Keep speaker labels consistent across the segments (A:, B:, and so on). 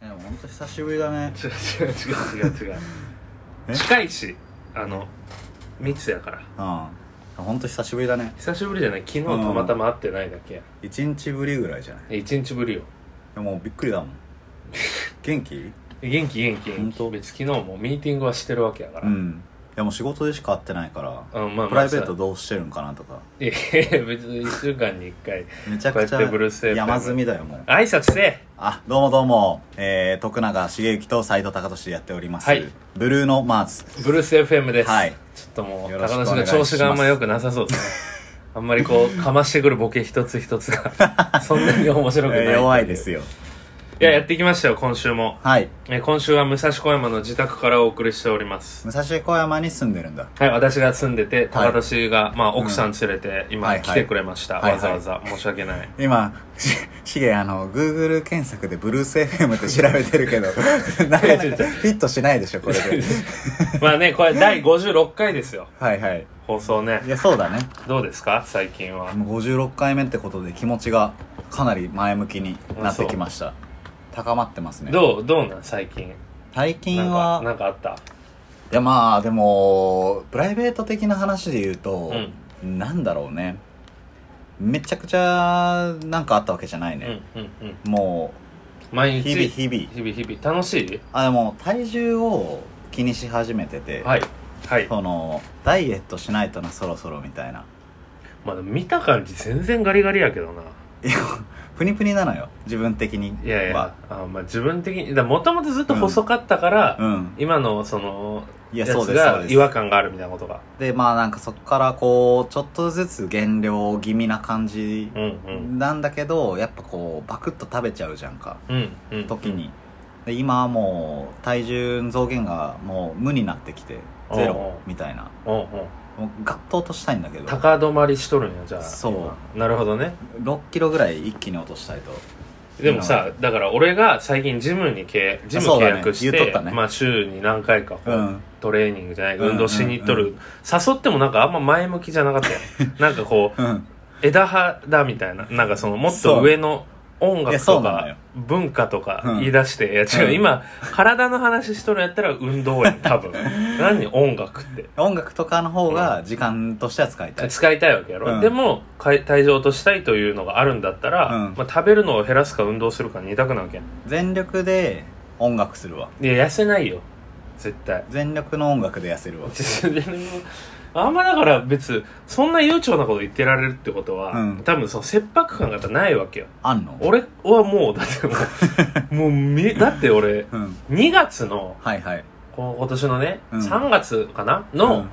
A: ほんと久しぶりだね
B: 違う違う違う違う違
A: え
B: う近いしあの密やから
A: うんほんと久しぶりだね
B: 久しぶりじゃない昨日たまたま会ってないだけ
A: 1日ぶりぐらいじゃない
B: 一日ぶりよ
A: でもびっく りだもん元気
B: 元気元気元
A: 本
B: 気
A: 当
B: 別に昨日もミーティングはしてるわけやから
A: うんいやもう仕事でしか会ってないから、
B: うんまあまあ
A: プライベートどうしてるんかなとか
B: いやいや別に1週間に1回
A: めちゃ
B: こ
A: く
B: う
A: ち
B: やってブルース
A: ゃ
B: FM
A: 山積みだよもう
B: 挨拶せえ
A: あどうもどうも、えー、徳永茂之と斎藤隆俊でやっております、
B: はい
A: ブルーノ・マーズ
B: ブルース FM です、
A: はい
B: ちょっともう
A: よろし
B: 高
A: くお
B: 野
A: 願い
B: 氏の調子があんま良くなさそうですねあんまりこうかましてくるボケ一つ一つ がそんなに面白くない
A: えー弱いですよ
B: いややっていきましたよ今週も
A: はい
B: えー今週は武蔵小山の自宅からお送りしております
A: 武蔵小山に住んでるんだ
B: はい私が住んでて高田氏が、まあ奥さん連れて
A: は
B: 今
A: いはい
B: 来てくれました、
A: はいは
B: わ
A: い
B: ざわざ申し訳ない
A: 今ししげあの Google 検索でブルース FM って調べてる けどなかなかフィットしないでしょこれで
B: まあねこれ第56回ですよ
A: はいはい
B: 放送ね
A: いやそうだね
B: どうですか最近は
A: もう56回目ってことで気持ちがかなり前向きになってきました高まってますね
B: どうどうなん最近
A: 最
B: な
A: 近
B: んかな
A: は
B: んかあった
A: いやまあでもプライベート的な話で言うと、なんだろうねめちゃくちゃなんかあったわけじゃないね、
B: うんうんうん
A: もう
B: 毎
A: 日々
B: 日
A: 日々
B: 日々日々楽しい
A: あでも体重を気にし始めてて、
B: はいはい
A: そのダイエットしないとなそろそろみたいな
B: まあでも見た感じ全然ガリガリやけどない
A: プニプニなのよ自分的には
B: やいやあまあ自分的にもともとずっと細かったから、
A: うん
B: 今のその
A: い
B: や
A: や
B: つ
A: そうですそう
B: が
A: です
B: 違和感があるみたいなことが
A: でまあなんかそこからこうちょっとずつ減量気味な感じ
B: うんうん
A: なんだけど、やっぱこうバクッと食べちゃうじゃんか
B: うんうん
A: 時にで今はもう体重増減がもう無になってきてゼ
B: おうおう
A: ロみたいな
B: おうおう
A: もうガッと落としたいんだけど
B: 高止まりしとるんやじゃあ
A: そう
B: 今なるほどね
A: 6キロぐらい一気に落としたいと
B: でもさだから俺が最近ジムに契ジム
A: そう
B: 契
A: だね
B: 約
A: 言
B: し
A: うと
B: て、
A: ったね
B: まあ週に何回か、
A: うん
B: トレーニングじゃない
A: うん
B: 運動しに行っとる、
A: うんう
B: 誘ってもなんかあんま前向きじゃなかったよ なんかこう
A: うん
B: 枝葉だみたいななんかそのもっと上の音
A: いや
B: 楽
A: そ
B: と
A: うなのよ
B: か文化とか
A: うん
B: 言い出して、いや違う、
A: うん
B: 今体の話しとるやったら運動や 多分何音楽って
A: 音楽とかの方が時間としては使いたい、
B: 使いたいわけやろ、
A: うん
B: でもかい体重を落としたいというのがあるんだったら、
A: うん
B: まあ、食べるのを減らすか運動するか二択なわけやん
A: 全力で音楽するわ
B: いや痩せないよ絶対
A: 全力の音楽で痩せるわ
B: あんまだから別そんな悠長なこと言ってられるってことは、
A: うん
B: 多分その切迫感がやっぱないわけよ
A: あんの
B: 俺はもうだっても うもうみだって俺
A: うん
B: 2月の
A: はいはい
B: この今年のね、
A: うん
B: 3月かなの、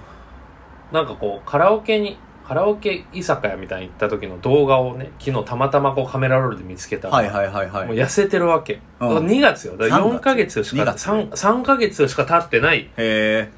B: なんかこうカラオケにカラオケ居酒屋みたいに行った時の動画をね昨日たまたまこうカメラロールで見つけた
A: うん
B: ら、
A: はいはいはいはい
B: もう痩せてるわけ、だから2月よだから
A: 3
B: 4ヶ月し
A: 2
B: か
A: 月
B: 3, 3ヶ月しか経ってない
A: へ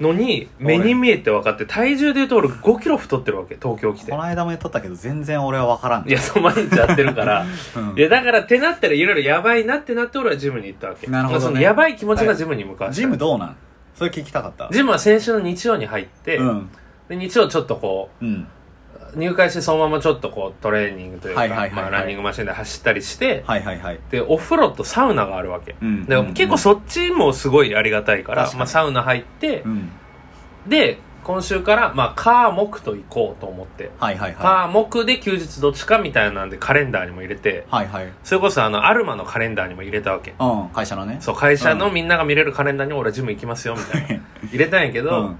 B: のに目に見えて分かって体重で言うと俺5キロ太ってるわけ東京来
A: え
B: て
A: この間も言っとったけど全然俺は分からん
B: いやそう毎日やってるから
A: うん
B: いや、だから、ってなったら、いろいろやばいなってなって、俺はジムに行ったわけ。
A: なるほどね
B: まあそのやばい気持ちがジムに向かわせ
A: ジ
B: た
A: ムどうなんそれ聞きたかった
B: ジムは先週の日曜に入って、
A: うん
B: で日曜ちょっとこ
A: うん
B: う、入会してそのままちょっとこう、トレーニングというか、
A: はいはいはいはい
B: まあ、ランニングマシンで走ったりして、
A: はいはいはい
B: で、お風呂とサウナがあるわけ。
A: うん
B: で結構そっちもすごいありがたいから、
A: 確かに
B: まあ、サウナ入って、
A: うん
B: で、今週から、まあ、カー、木と行こうと思って、
A: はいはいは
B: カー、木で休日どっちかみたいなんで、カレンダーにも入れて
A: い、はいはい
B: それこそあの、アルマのカレンダーにも入れたわけ。
A: うん会社のね
B: そう、会社のみんなが見れるカレンダーに俺ジム行きますよ、みたいな。入れたんやけ
A: う
B: ど、
A: ん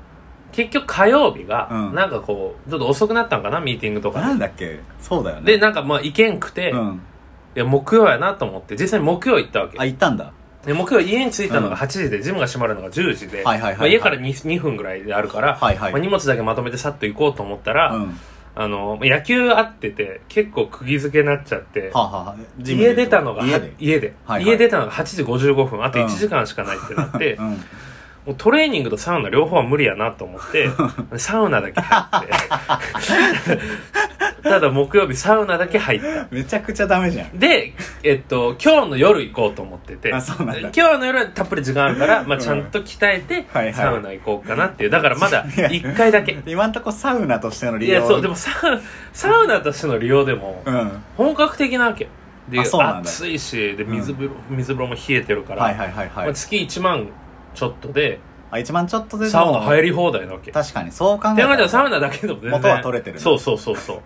B: 結局火曜日が、
A: うん
B: なんかこう、ちょっと遅くなったんかな、ミーティングとか
A: なんだっけそうだよ
B: で。で、
A: ね
B: なんかまあ行けんくて、
A: う
B: い
A: ん
B: や、木曜やなと思って、実際に木曜行ったわけ
A: あ。行ったんだ
B: で、木曜家に着いたの
A: うん
B: が8時で、ジムが閉まるのが10時で、
A: はいはいはいはい
B: まあ家から 2, 2分ぐらいであるから、
A: はいはい
B: まあ荷物だけまとめてさっと行こうと思ったら、
A: うんは
B: あの、野球合ってて、結構釘付けになっちゃって、
A: あはあジムで
B: 家出たのが、
A: 家で
B: 家で
A: はいはい
B: 家出たのが8時55分、あと
A: うん
B: 1時間しかないってなって、
A: うん
B: もうトレーニングとサウナ両方は無理やなと 思って、サウナだけ入って。ただ木曜日サウナだけ入った。
A: めちゃくちゃダメじゃん
B: で、えっと、今日の夜行こうと思ってて、
A: あそうなんだ
B: 今日の夜はたっぷり時間あるから、まあ、
A: うん
B: ちゃんと鍛え
A: はいは
B: て、
A: い
B: サウナ行こうかなっていう。だからまだ1回だけ。
A: 今んとこサウナとしての
B: い
A: 利用
B: や、そう、でもサウサウナとしての利用でも、
A: うん
B: 本格的なわけ。で
A: あそうなんだ
B: 暑いしで水風呂、水風呂も冷えてるから、
A: はいはいはいは
B: まあ
A: い。
B: 月1万ちょっとで
A: あ、一番ちょっとでも
B: サウナ入り放題なわけ。
A: 確かに、そう考え
B: で
A: た
B: まだ
A: ら。
B: サウナだけでも全然
A: 元は取れてるね
B: そうそうそうそう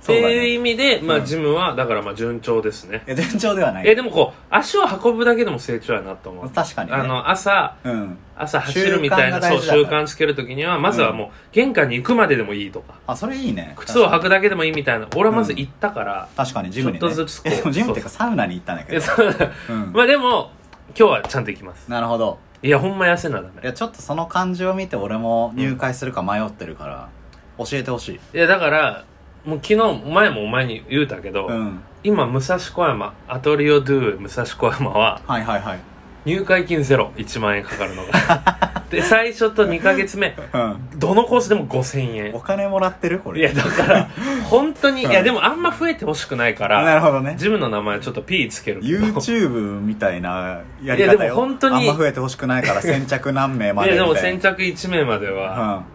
A: そうだね
B: っていう意味で、まあ、
A: うん
B: ジムはだからまあ順調ですね、
A: いや、順調ではない。
B: えでもこう足を運ぶだけでも成長やなと思う、
A: 確かにね。
B: あの朝
A: うん。
B: 朝走るみたい
A: 習
B: な
A: 慣が大事だ
B: そう習慣つけるときにはまずはもう玄関に行くまででもいいとか、
A: あ、それいいね。
B: 靴を履くだけでもいいみたいな俺はまず行ったから、
A: 確かにジムに、ね。
B: ちょっとずつこう
A: えでもジムっていうかサウナに行ったんだけ
B: え
A: ど。
B: そう
A: うん。
B: まあでも今日はちゃんと行きます
A: なるほど。
B: いやほんま痩せなダ
A: い
B: メ
A: や、ちょっとその感じを見て俺も入会するか迷ってるから、教えてほしい。
B: いやだからもう昨日前もお前に言うたけど、
A: うん。
B: 今武蔵小山アトリオドゥ武蔵小山は
A: はいはいはい。
B: 入会金ゼロ1万円かかるのが で最初と2ヶ月目
A: うん。
B: どのコースでも5000
A: お
B: 円
A: 金もらってるこれ。
B: いや だから本当にい
A: うん
B: やでもあんま増えてほしくないか
A: な
B: ら
A: るほどね。
B: ジムの名前ちょっと P つけるけど
A: YouTube みたいなやり方よ
B: いやでも本当に
A: あんま増えてほしくないから先着何名ま
B: い
A: で
B: や
A: み
B: で
A: たいな
B: も先着1名までは、
A: うん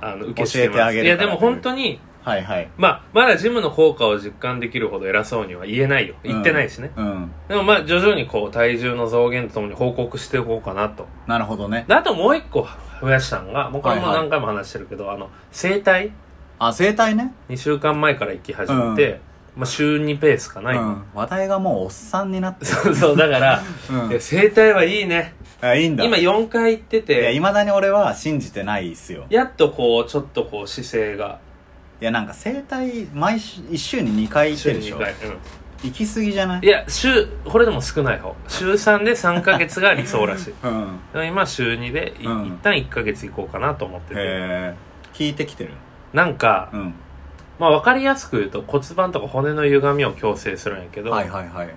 B: あの受け付け
A: 教
B: ます
A: えてあげる
B: いや
A: から
B: でも本当に
A: はいはい
B: まあまだジムの効果を実感できるほど偉そうには言えないよ言ってないしね、
A: うん
B: でもまあ徐々にこう体重の増減とともに報告していこうかなと
A: なるほどね
B: であともう一個増やしたのが、もうこれも
A: はいはい
B: 何回も話してるけど、あの、整体
A: あ整体ね
B: ?2 週間前から行き始めて、まあ週2ペースかな、
A: う
B: 今
A: ん話題がもうおっさんになって
B: そうそう、だから、
A: うん
B: いや整体はいいね。
A: あいいんだ
B: 今
A: い
B: 4回行って
A: や
B: て、
A: いまだに俺は信じてないっすよ
B: やっとこう、ちょっとこう姿勢が、
A: いやなんか整体毎週1週に2回行って
B: 週
A: るでし
B: 2
A: ょ
B: 回。
A: 行き過ぎじゃな
B: うん
A: い
B: いや、週、これでも少ない方。週3で3ヶ月が理想らしい。
A: うん
B: でも今週2で、い
A: うん
B: 一旦1ヶ月行こうかなと思ってて。
A: へえ聞いてきてる
B: なんか
A: う、ん
B: まあ分かりやすく言うと骨盤とか骨の歪みを矯正するんやけど、
A: はいはいはい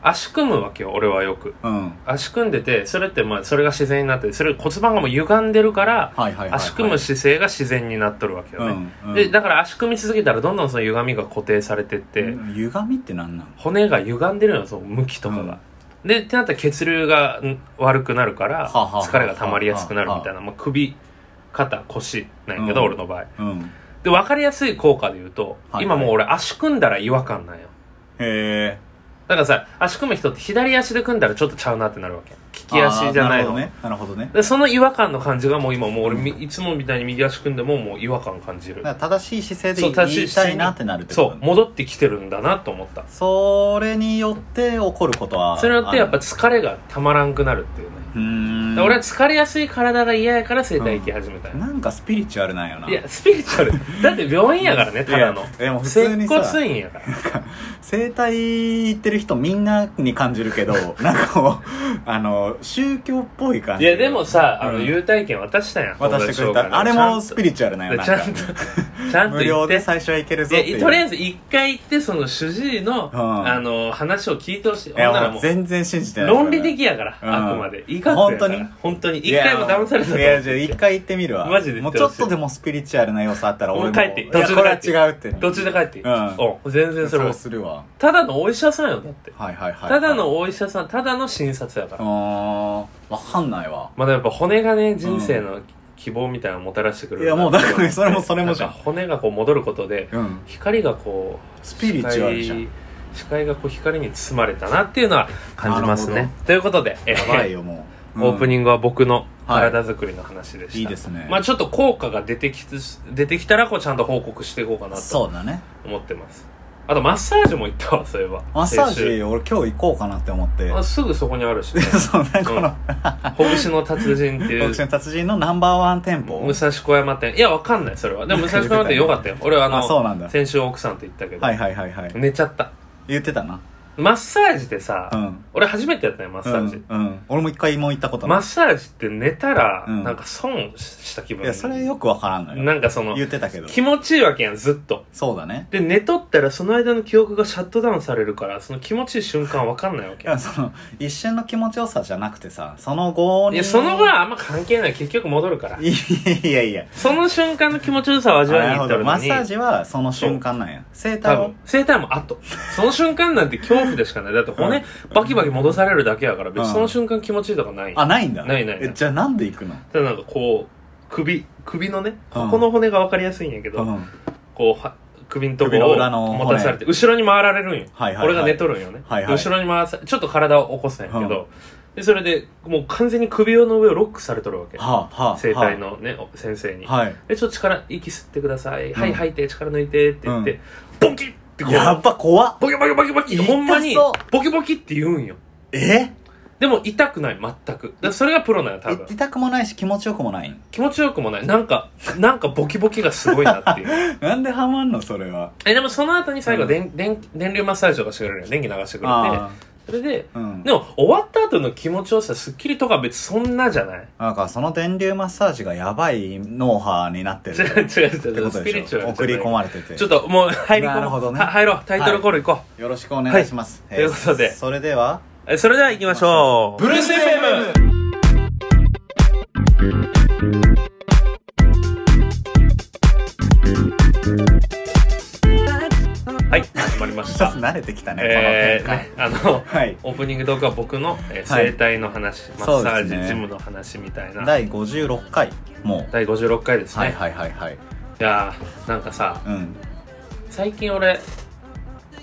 B: 足組むわけよ、俺はよく。
A: うん
B: 足組んでて、それってまあ、それが自然になって、それ骨盤がもう歪んでるから、
A: はいはいはいはい
B: 足組む姿勢が自然になっとるわけよね。
A: うんうん
B: で、だから足組み続けたら、どんどんその歪みが固定されてって、
A: うん歪みってなんなん
B: 骨が歪んでるのよ、その向きとかが。で、ってなったら血流がん悪くなるから、
A: はあはあはあ
B: 疲れが溜まりやすくなるみたいな、まあ、首、肩、腰なんやけど、
A: うん
B: 俺の場合。
A: うん
B: で、分かりやすい効果で言うと、
A: はい
B: 今もう俺足組んだら違和感なんよ。
A: へえ
B: だからさ、足組む人って左足で組んだらちょっとちゃうなってなるわけ。利き足じゃない
A: あー
B: の。
A: なるほどねなるほどね
B: でその違和感の感じがもう今もう俺み、いつもみたいに右足組んでももう違和感感じる
A: だから正しい姿勢
B: そう
A: で
B: 正しい
A: 言いたいなってなるってこ
B: そ
A: と
B: う
A: ね
B: 戻ってきてるんだなと思った
A: それによって起こることは
B: それによってやっぱ
A: あ
B: 疲れがたまらんくなるっていうね、
A: るうーん
B: 俺は疲れやすい体が嫌やから整体行き始めた、
A: なんかスピリチュアルなんよない
B: やスピリチュアルだって病院やからねただの
A: いやでも普通
B: 接
A: にさ
B: 骨院やから
A: 整体行ってる人みんなに感じるけど なんかこうあの宗教っぽい感
B: い
A: じ
B: やでもさあの
A: うん
B: 優待券渡したやん
A: 渡してくれたあれもスピリチュアルなんよ
B: リ
A: なん
B: ちゃん
A: か
B: と ちゃんと
A: 無
B: 行
A: 料
B: って
A: で最初は行けるぞってい
B: いうやとりあえず一回行ってその主治医の、
A: うん
B: あの話を聞いてほしいほん
A: いや
B: なら
A: も
B: も
A: う
B: う
A: 全然信じてない
B: 論理的やから、
A: うん
B: あくまで。医学やから
A: 本当に
B: 本当に。一回も騙された
A: いやじゃあ一
B: と
A: 回行ってみるわ
B: マジで
A: も
B: 言
A: う
B: っ
A: ちょ
B: てほ
A: っ
B: しい
A: とでもスピリチュアルな要素あったら俺も
B: もう帰って
A: いや
B: 途中で帰っ
A: こ
B: て
A: れは違うって
B: どっちで帰っていい、
A: うん
B: お全然それ
A: そう
B: は。
A: するわ
B: ただのお医者さんよ、だって。
A: はいはいはい
B: ただのお医者さん、ただの診察やか
A: うー
B: ら。
A: んわかんないわ
B: まあでもやっぱ骨がね、人生の希望みたいなのをもたらしてくれる
A: いやもうだからねそれもそれもじ
B: じ
A: ゃ
B: ゃ
A: ん
B: んか骨がこう戻ることで、
A: うん
B: 光がこう、
A: スピリチュアルじゃん
B: 視界視界がこう光に包まれたなっていうのは感じます
A: なる
B: ね
A: ほ。
B: ということで、え
A: やばいよもう、
B: オープニ
A: ン
B: ングは僕の
A: はい
B: 体作りの話でした。
A: いいですね、
B: まあちょっと効果が出てきつ出てきたらこうちゃんと報告していこうかなと
A: そうだね
B: 思ってますあとマッサージも行ったわそういえば
A: マッサー
B: 先週
A: ジ俺今日行こうかなって思って、
B: あすぐそこにあるし、ね
A: そうねこの
B: ほぐしの達人っ
A: 「
B: てい
A: ボク
B: う
A: シング達人」のナンバーワン店舗
B: 武蔵小山店いやわかんないそれはでも武蔵小山店よか ったよ俺はあの
A: あそうなんだ
B: 先週奥さんと行ったけど、
A: はいはいはいはい
B: 寝ちゃった
A: 言ってたな
B: マッサージってさ、
A: うん
B: 俺初めてやったよマッサージ、
A: うん、うん、俺も一回も行ったこと
B: マ
A: な
B: ッサージって寝たら、
A: うん
B: なんか損した気
A: い
B: 分
A: いやそれよくわからんのよ
B: なんかその
A: 言ってたけど
B: 気持ちいいわけやんずっと
A: そうだね
B: で寝とったらその間の記憶がシャットダウンされるからその気持ちいい瞬間わかんないわ
A: い
B: け
A: やその一瞬の気持ちよさじゃなくてさその後
B: い
A: に
B: やその後はあんま関係ない結局戻るから
A: いやいやいや
B: その瞬間の気持ちよさを味わい
A: な
B: に
A: る
B: 行っ
A: ほ
B: て
A: ど
B: る
A: マ
B: の
A: ッ
B: に
A: サージはその瞬間なんや生体
B: 多
A: を
B: 分生体 も後その瞬間なんて恐怖でしかないだって骨バキバキ戻されるだけやから別
A: う
B: に
A: ん
B: その瞬間気持ちいいとかない
A: あないんだ
B: ないないな
A: え
B: い
A: じゃあなんで行くの
B: ただなんかこう首首のねここの骨がわかりやすいんやけど
A: うん
B: こうは首のとこ
A: 首の
B: を
A: 裏の
B: 持たされて、後ろに回られるんよ。
A: はいはいはい
B: 俺が寝とるんよね。
A: はいはい
B: 後ろに回さ、ちょっと体を起こすんやけど、で、それで、もう完全に首の上をロックされとるわけ。
A: はあ、はあ、
B: 生体のね、お先生に。
A: はい。
B: で、ちょっと力、息吸ってください。
A: ん
B: はい、吐いて、力抜いてって言っ
A: う
B: て、ボキッってこう、
A: やっぱ怖っ
B: ボキボキボキボキ
A: 痛そう
B: ほんまに、ボキボキって言うんよ。
A: え
B: でも痛くない、全く。だからそれがプロなの、多分。
A: 痛くもないし気持ちよくもないん
B: 気持ちよくもない。なんか、なんかボキボキがすごいなっ ていう。
A: なんでハマんのそれは。
B: え、でもその後に最後、電、電、電流マッサージとかしてくれるのよ。電気流してくれて。
A: あ
B: それで、
A: あ。うん。
B: でも終わった後の気持ちよさ、スッキリとか別にそんなじゃない
A: なんかその電流マッサージがやばい脳波になってる。
B: 違
A: っ
B: う違う
A: てこ
B: 違う。
A: と
B: スピ
A: で
B: リ
A: し
B: チュアルじゃな
A: ょ
B: い
A: 送り込まれてて。
B: ちょっともう入り込 む
A: なるほどね
B: は入ろう。タイトルコール行こう。
A: よろしくお願いします。
B: はいということで
A: それでは、
B: えそれでは行きましょう。
A: ブルース FM
B: はい、始まりまし
A: ちょ っ
B: た
A: と。慣れてきたね、
B: え
A: こ
B: ー、
A: の展
B: ね、あの、
A: 開。はい。
B: オープニング動画は僕の、えー
A: はい
B: 整体の話、マッサージ、
A: そうですね
B: ジムの話みたいな。
A: 第56回、もう。
B: 第56回ですね。
A: はい
B: い、
A: はいはいはい。
B: やー、なんかさ、
A: うん。
B: 最近俺、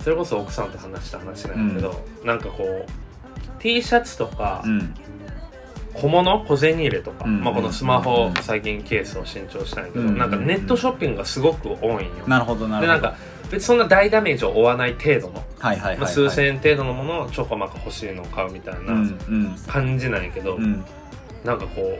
B: それこそ奥さんと話した話なんだけど、なんかこう、T シャツとか
A: う、ん。
B: 小物小銭入れとか、
A: うん
B: まあ、このスマ
A: う
B: ホ
A: ん
B: 最近ケースを新調したんやけど、
A: うん
B: なんかネットショッピングがすごく多いんよ、
A: なるほどな
B: で
A: る
B: なん
A: ほど。
B: か別にそんな大ダメージを負わない程度の、
A: はいはいはい
B: まあ、
A: はい。
B: 数千円程度のものをちょこまか欲しいのを買うみたい
A: うん。
B: な
A: うん。
B: 感じなんやけど、
A: うん。
B: なんかこ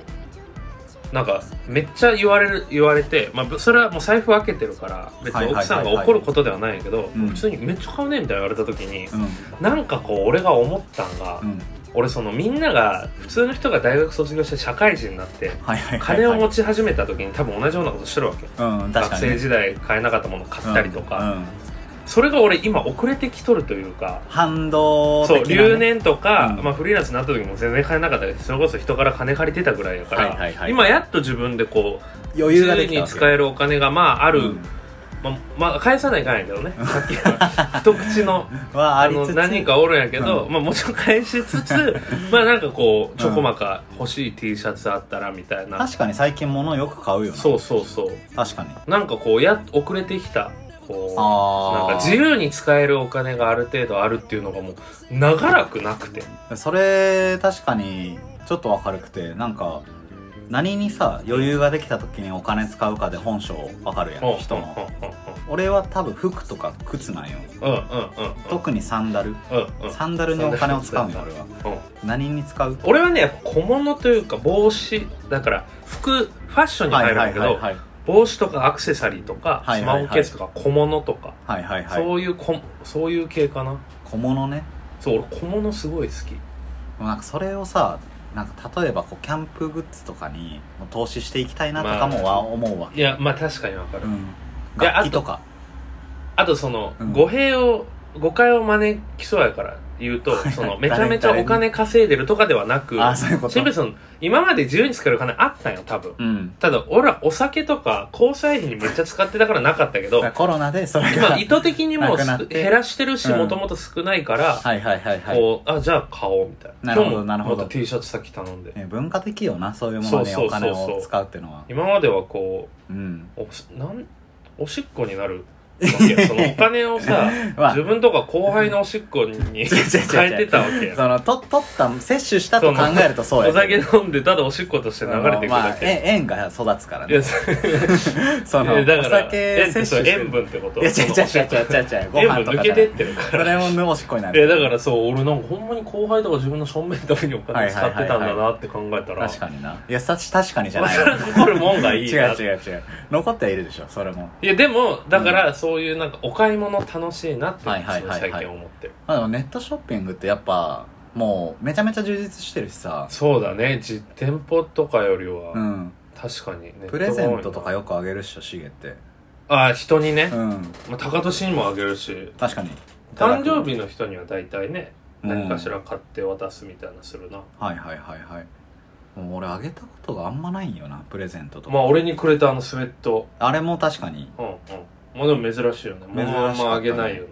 B: うなんかめっちゃ言われる言われて、まあ、ぶそれはもう財布分けてるから別
A: はい
B: に
A: はいはいはい
B: 奥さんが怒ることではないんやけど、
A: うん
B: 普通にめっちゃ買うねみたいな言われた時に、
A: うん。
B: なんかこう俺が思ったんが、
A: うん。
B: 俺そのみんなが普通の人が大学卒業して社会人になって
A: はいはいはいはい。
B: 金を持ち始めた時に多分同じようなことしてるわけ
A: うん、確
B: 学
A: かに。
B: 生時代買えなかったものを買ったりとか、
A: うんうん
B: それが俺今遅れてきとるというか
A: 反動
B: そう
A: 的なね
B: 留年とか、
A: うん
B: まあ、フリーランスになった時も全然買えなかったですそれこそ人から金借りてたぐらいだか
A: は
B: ら、
A: いはいはい
B: 今やっと自分でこう
A: 余
B: 自
A: 裕がで
B: 由
A: きた
B: に
A: わけ
B: 使えるお金がまあある、
A: うん
B: まあ、まあ返さないかんやけどねさっきの 一口の
A: はあ
B: あ
A: り
B: の
A: つつ
B: 何人かおるんやけど、
A: う
B: まあ、もちろん返しつ つまあなんかこ
A: ん
B: うちょこまか欲しい T シャツあったらみたいな、
A: 確かに最近物よく買うよな
B: そうそうそう
A: 確かに
B: なんかこうや遅れてきたこう
A: あ
B: なん
A: あ
B: か自由に使えるお金がある程度あるっていうのがもう長らくなくて
A: それ確かにちょっと明るくてなんか何にさ余裕ができた時にお金使うかで本性わかるやん人の俺は多分服とか靴なんよ
B: うんうんうんうん
A: 特にサンダル
B: うんうん
A: サンダルにお金を使うんよ俺は
B: うん
A: 何に使 う
B: 俺はねやっぱ小物というか帽子だから服ファッションに入るんだけど
A: はい
B: 帽子とかアクセサリーとか
A: はいはい
B: スマ
A: はい
B: ホケースとか小物とか
A: はいはいはい
B: そういうこそういう系かな
A: 小物ね
B: そう俺小物すごい好き
A: なんかそれをさなんか例えばこうキャンプグッズとかに投資していきたいなとかもは思うわけ、
B: いやまあ確かにわかる、
A: うん、
B: で
A: 楽器とか
B: あとその、
A: うん
B: 語弊を誤解を招きそうやから言うとそのめちゃめちゃお金稼いでるとかではなく
A: ああそういうこと
B: シンプルにその今まで自由に使えるお金あったんよ多分
A: うん
B: ただ俺はお酒とか交際費にめっちゃ使ってたからなかったけ
A: だ
B: ど
A: からコロナでそ れが
B: 今意図的にもう
A: なくなって
B: 減らしてるし
A: うん
B: もともと少ないから、
A: はいはいはいはい、
B: こうあじゃあ買おうみたい
A: な
B: な
A: るほど
B: 今日も
A: なるほど
B: また T シャツさっき頼んで
A: ね、文化的よなそういうものに
B: そう
A: お
B: そうそう
A: 金
B: そう
A: を使うっていうのは
B: 今まではこ
A: うん
B: うおしなんおしっこになるわけよそのお金をさ
A: まあ
B: 自分とか後輩のおしっこに
A: 違う違う
B: 変えてたわけよ
A: そのと取った摂取したと考えるとそう
B: お
A: や
B: 酒
A: けど
B: 飲んでただおしっことして流れていく
A: ま
B: だ
A: あ
B: け、
A: え縁が育つから
B: いや
A: ね
B: そ
A: そのお
B: だから
A: 酒
B: 塩
A: 摂取
B: そう
A: してる
B: 塩分ってこと
A: いや違う違う
B: そのおしっ
A: 違う
B: こ
A: 違う違うご
B: 塩
A: 飯
B: 分
A: とかじ
B: 抜
A: ゃ
B: け
A: な
B: て
A: い
B: ってるか
A: そ
B: ら
A: れもおしっこにない
B: や
A: る
B: だからそう俺なんかほんまに後輩とか自分の正面のためにお金使ってたんだなって考えたら
A: 確かにないやさ確かにじゃ
B: ま
A: な
B: あ
A: い
B: それは残るもんがい い
A: 違
B: な
A: う違う違う残ってはいるでしょそれも
B: いやでもだからそういうなんかお買い物楽しいなって
A: はいはいはいはい
B: 最近思ってる
A: まあでもネットショッピングってやっぱもうめちゃめちゃ充実してるしさ
B: そうだね実店舗とかより
A: う
B: は
A: ん
B: 確かにネットが多いな
A: プレゼントとかよくあげるっしょシゲって
B: ああ人にね
A: うん
B: まあ高年にもあげるし
A: 確かに
B: 誕生日の人には大体ね
A: うん
B: 何かしら買って渡すみたいなのするな
A: はいはいはいはいもう俺あげたことがあんまないんよなプレゼントとか、
B: まあ俺にくれたあのスウェット
A: あれも確かに
B: うんうんまあでも珍しいよねもうあんまあげないよね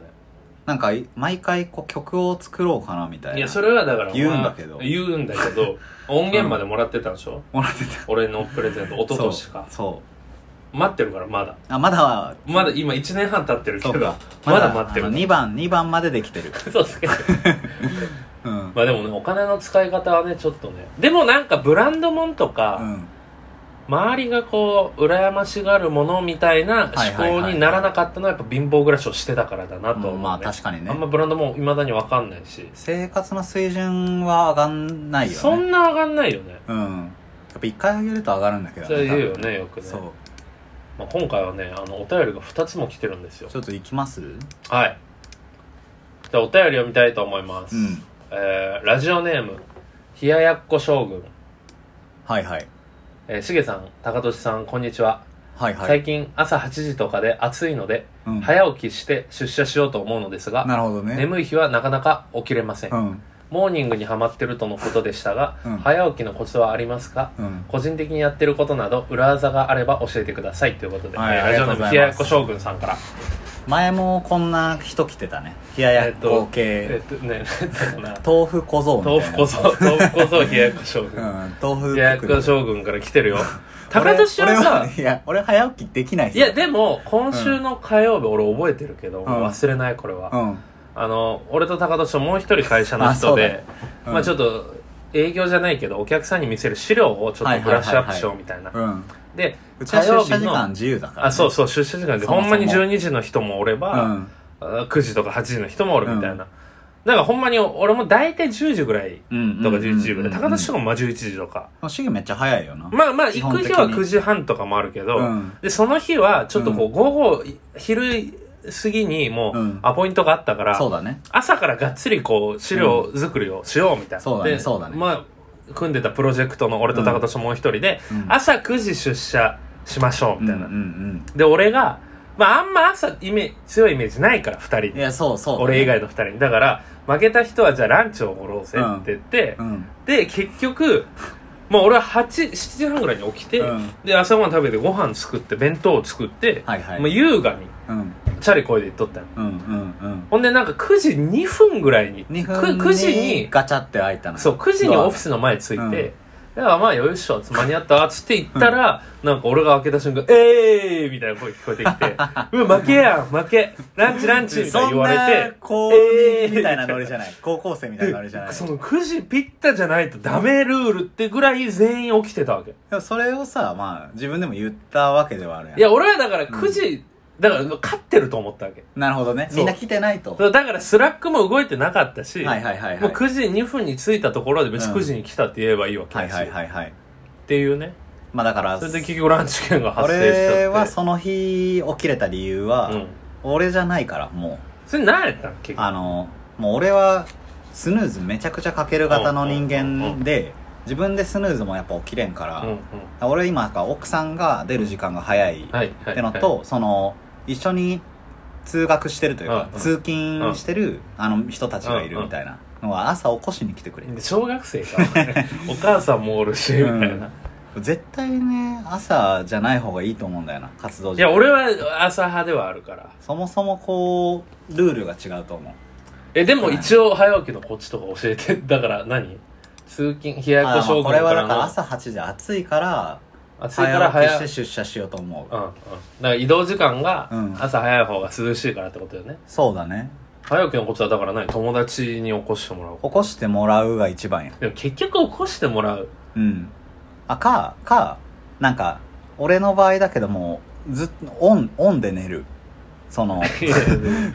A: なんかい毎回こう曲を作ろうかなみたいない
B: や、それはだから、
A: 言うんだけど
B: まあ言うんだけ ど、音源までもらってたんでしょ
A: もらってた
B: 俺のプレゼント、一昨年か。
A: そうそ
B: 待ってるからまだ
A: あまだは
B: まだ今1年半経ってるけ
A: そ
B: ど
A: うか
B: まだ待ってる
A: 2番2番までできてる
B: そうですけど
A: うん、
B: まあでもねお金の使い方はねちょっとねでもなんかブランドもんとか、
A: うん、
B: 周りがこう羨ましがるものみたいな思考にならなかったのはやっぱ貧乏暮らしをしてたからだなと思う、ね
A: まあ確かにね
B: あんまブランドもいまだに分かんないし、
A: 生活の水準は上がんないよね
B: そんな上がんないよね
A: うんやっぱ一回上げると上がるんだけど
B: それ言うよねよくね
A: そう
B: まあ、今回はねあのお便りが2つも来てるんですよ
A: ちょっと行きます
B: はいじゃあお便りを見たいと思います、
A: うん
B: えーラジオネーム冷ややっこ将軍
A: はいはい
B: えーしげさん高俊さんこんにちは、
A: はいはい、
B: 最近朝8時とかで暑いので、
A: うん、
B: 早起きして出社しようと思うのですが
A: なるほどね
B: 眠い日はなかなか起きれません、
A: うん
B: モーニングにはまってるとのことでしたが、
A: うん
B: 早起きのコツはありますか
A: うん
B: 個人的にやってることなど裏技があれば教えてくださいということで、
A: はい
B: えー
A: あ
B: ラ
A: り
B: ジ
A: が
B: オ
A: とうご
B: ネーム
A: ざいます
B: 冷ややっこ将軍さんから
A: 前もこんな人来てたね冷ややっこ系、
B: えっとねなんだろうな
A: 豆腐小僧みたい
B: 豆
A: な
B: 腐 こそ豆腐こそ冷ややっこ将
A: う
B: 軍
A: ん豆腐
B: 冷ややっこ将軍から来てるよ高俊は
A: 俺俺
B: さ
A: いや俺早起きできない
B: い
A: 人
B: やでも今週の火曜日俺覚えてるけど、
A: ん
B: 忘れないこれは、
A: うん
B: あの俺と高田ともう一人会社の
A: あ
B: 人
A: そうだ
B: で
A: ねうん
B: まあちょっと営業じゃないけどお客さんに見せる資料をちょっとブラッシュアップしようみたいな、
A: うん
B: で
A: うち
B: 火
A: は
B: 曜
A: 出
B: 日
A: 社時間
B: の
A: 自由だから、ね、
B: あそうそう出社時間で
A: そもそも
B: ほんまに12時の人もおれば、
A: ん
B: あ9時とか8時の人もおるみたいな、なんかほんまに俺も大体10時ぐらい
A: うん
B: とか11時ぐらい、
A: うん
B: 高田ともまあ11時とか、
A: まあ主義めっちゃ早いよな、
B: まあまあ
A: 基
B: 行
A: 本
B: く
A: 的に
B: 日は9時半とかもあるけど、
A: うん
B: でその日はちょっとこう午後、昼過ぎにも
A: う
B: うんアポイントがあったから、
A: そうだね
B: 朝からがっつりこう資料作りをしようみたいな、
A: そうだね
B: で
A: そうだね
B: まあ、組んでたプロジェクトの俺と高田ともう一人で、
A: うん
B: 朝9時出社しましょうみたいな、
A: うんうん
B: で俺が、まあ、あんま朝イメ強いイメージないから2
A: うんい
B: 人に
A: やそうそう、
B: 俺以外の2人にだから負けた人はじゃあランチをおごろうぜって言って、
A: うん
B: で結局もう俺は8 7時半ぐらいに起きて、
A: うん
B: で朝ごはん食べてご飯作って弁当を作って、
A: はいはい
B: もう優雅に
A: うん
B: チャリこいで行っとったよ
A: うんうんうん
B: ほんでなんか9時2分ぐらいに
A: 2
B: 9,
A: 分
B: 時
A: に
B: に
A: ガチャって開いたの
B: そう9時にオフィスの前着いて、
A: うん
B: だからまあよいしょつ間に合ったわっつって行ったら、なんか俺が開けた瞬間「えー!」みたいな声聞こえてき て「うわ負けやん負けランチランチ」みたい
A: そ
B: に言
A: ん
B: われ
A: な
B: て
A: 高
B: え
A: 2
B: ー
A: みたいなノリじゃない高校生みたいなノリじゃない
B: その9時ぴったじゃないとダメルールってぐらい全員起きてたわけ
A: でもそれをさまあ自分でも言ったわけではあるやん
B: いや俺はだから9時、だから勝ってると思ったわけ
A: なるほどね
B: そう
A: みんな来てないと
B: だからスラックも動いてなかったし、
A: はいはいはいはい
B: もう9時2分に着いたところで別に9時に来たって言えばいいわけ
A: は
B: だ
A: い
B: し、
A: はいはいはい
B: っていうね
A: まあだから
B: それで結局ランチ券が発生しちゃっ
A: 俺
B: て
A: はその日起きれた理由は、
B: うん
A: 俺じゃないからも
B: それ何やったん結
A: う
B: 局
A: あのもう俺はスヌーズめちゃくちゃかける型の人間で自分でスヌーズもやっぱ起きれんから、
B: うんうん
A: 俺今なんか奥さんが出る時間が早いっ
B: はいはい
A: てのと、その一緒に通学してるというか、
B: うんうん
A: 通勤してる、あの人たちがいるみたいなのは朝起こしに来てくれ、
B: はい小学生かお母さんもおるしみたいな、
A: 絶対ね朝じゃない方がいいと思うんだよな活動
B: い
A: 時間
B: や俺は朝派ではあるから
A: そもそもこうルールが違うと思う
B: えでも一応早起きのコツとか教えて だから何通勤冷ややっこ
A: あま
B: 将
A: あ
B: 軍
A: これはだ
B: の
A: から朝8時暑いから
B: 暑いから
A: 早起きし
B: 早
A: て出社しようと思う、
B: うんうん、だから移動時間が
A: うん
B: 朝早い方が涼しいからってことよね、
A: そうだね
B: 早起きのコツはだから何友達に起こしてもらう
A: 起こしてもらうが一番や
B: でも結局起こしてもらう
A: うんあかかなんか俺の場合だけどもずっとオンオンで寝るそ の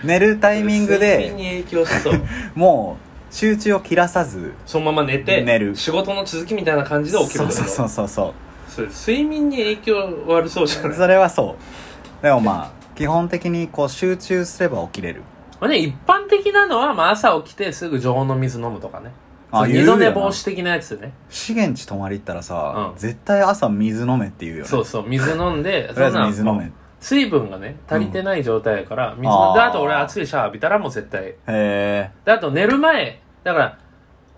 A: 寝る タ
B: タ
A: イミングで
B: に影響し そう
A: もう集中を切らさず
B: そのまま寝て
A: 寝る
B: 仕事の続きみたいな感じで
A: そう
B: 起きる
A: そうそうそうそう
B: それ睡眠に影響悪そうじゃない
A: それはそうでもまあ基本的にこう集中すれば起きれる
B: まあね、一般的なのは、まあ、朝起きてすぐ常温の水飲むとかね。
A: あ
B: そう
A: 言
B: 二
A: うよ
B: 度
A: な
B: 寝防止的なやつね。
A: 資源地泊まり行ったらさ、
B: うん
A: 絶対朝水飲めって言うよね
B: そうそう、水飲ん で、
A: とりあえず
B: そんな
A: 水飲めへ
B: 水分がね、足りてない状態やから、水飲ん
A: あー
B: で、あと俺熱いシャワー浴びたらもう絶対。
A: え
B: で、あと寝る前、だから、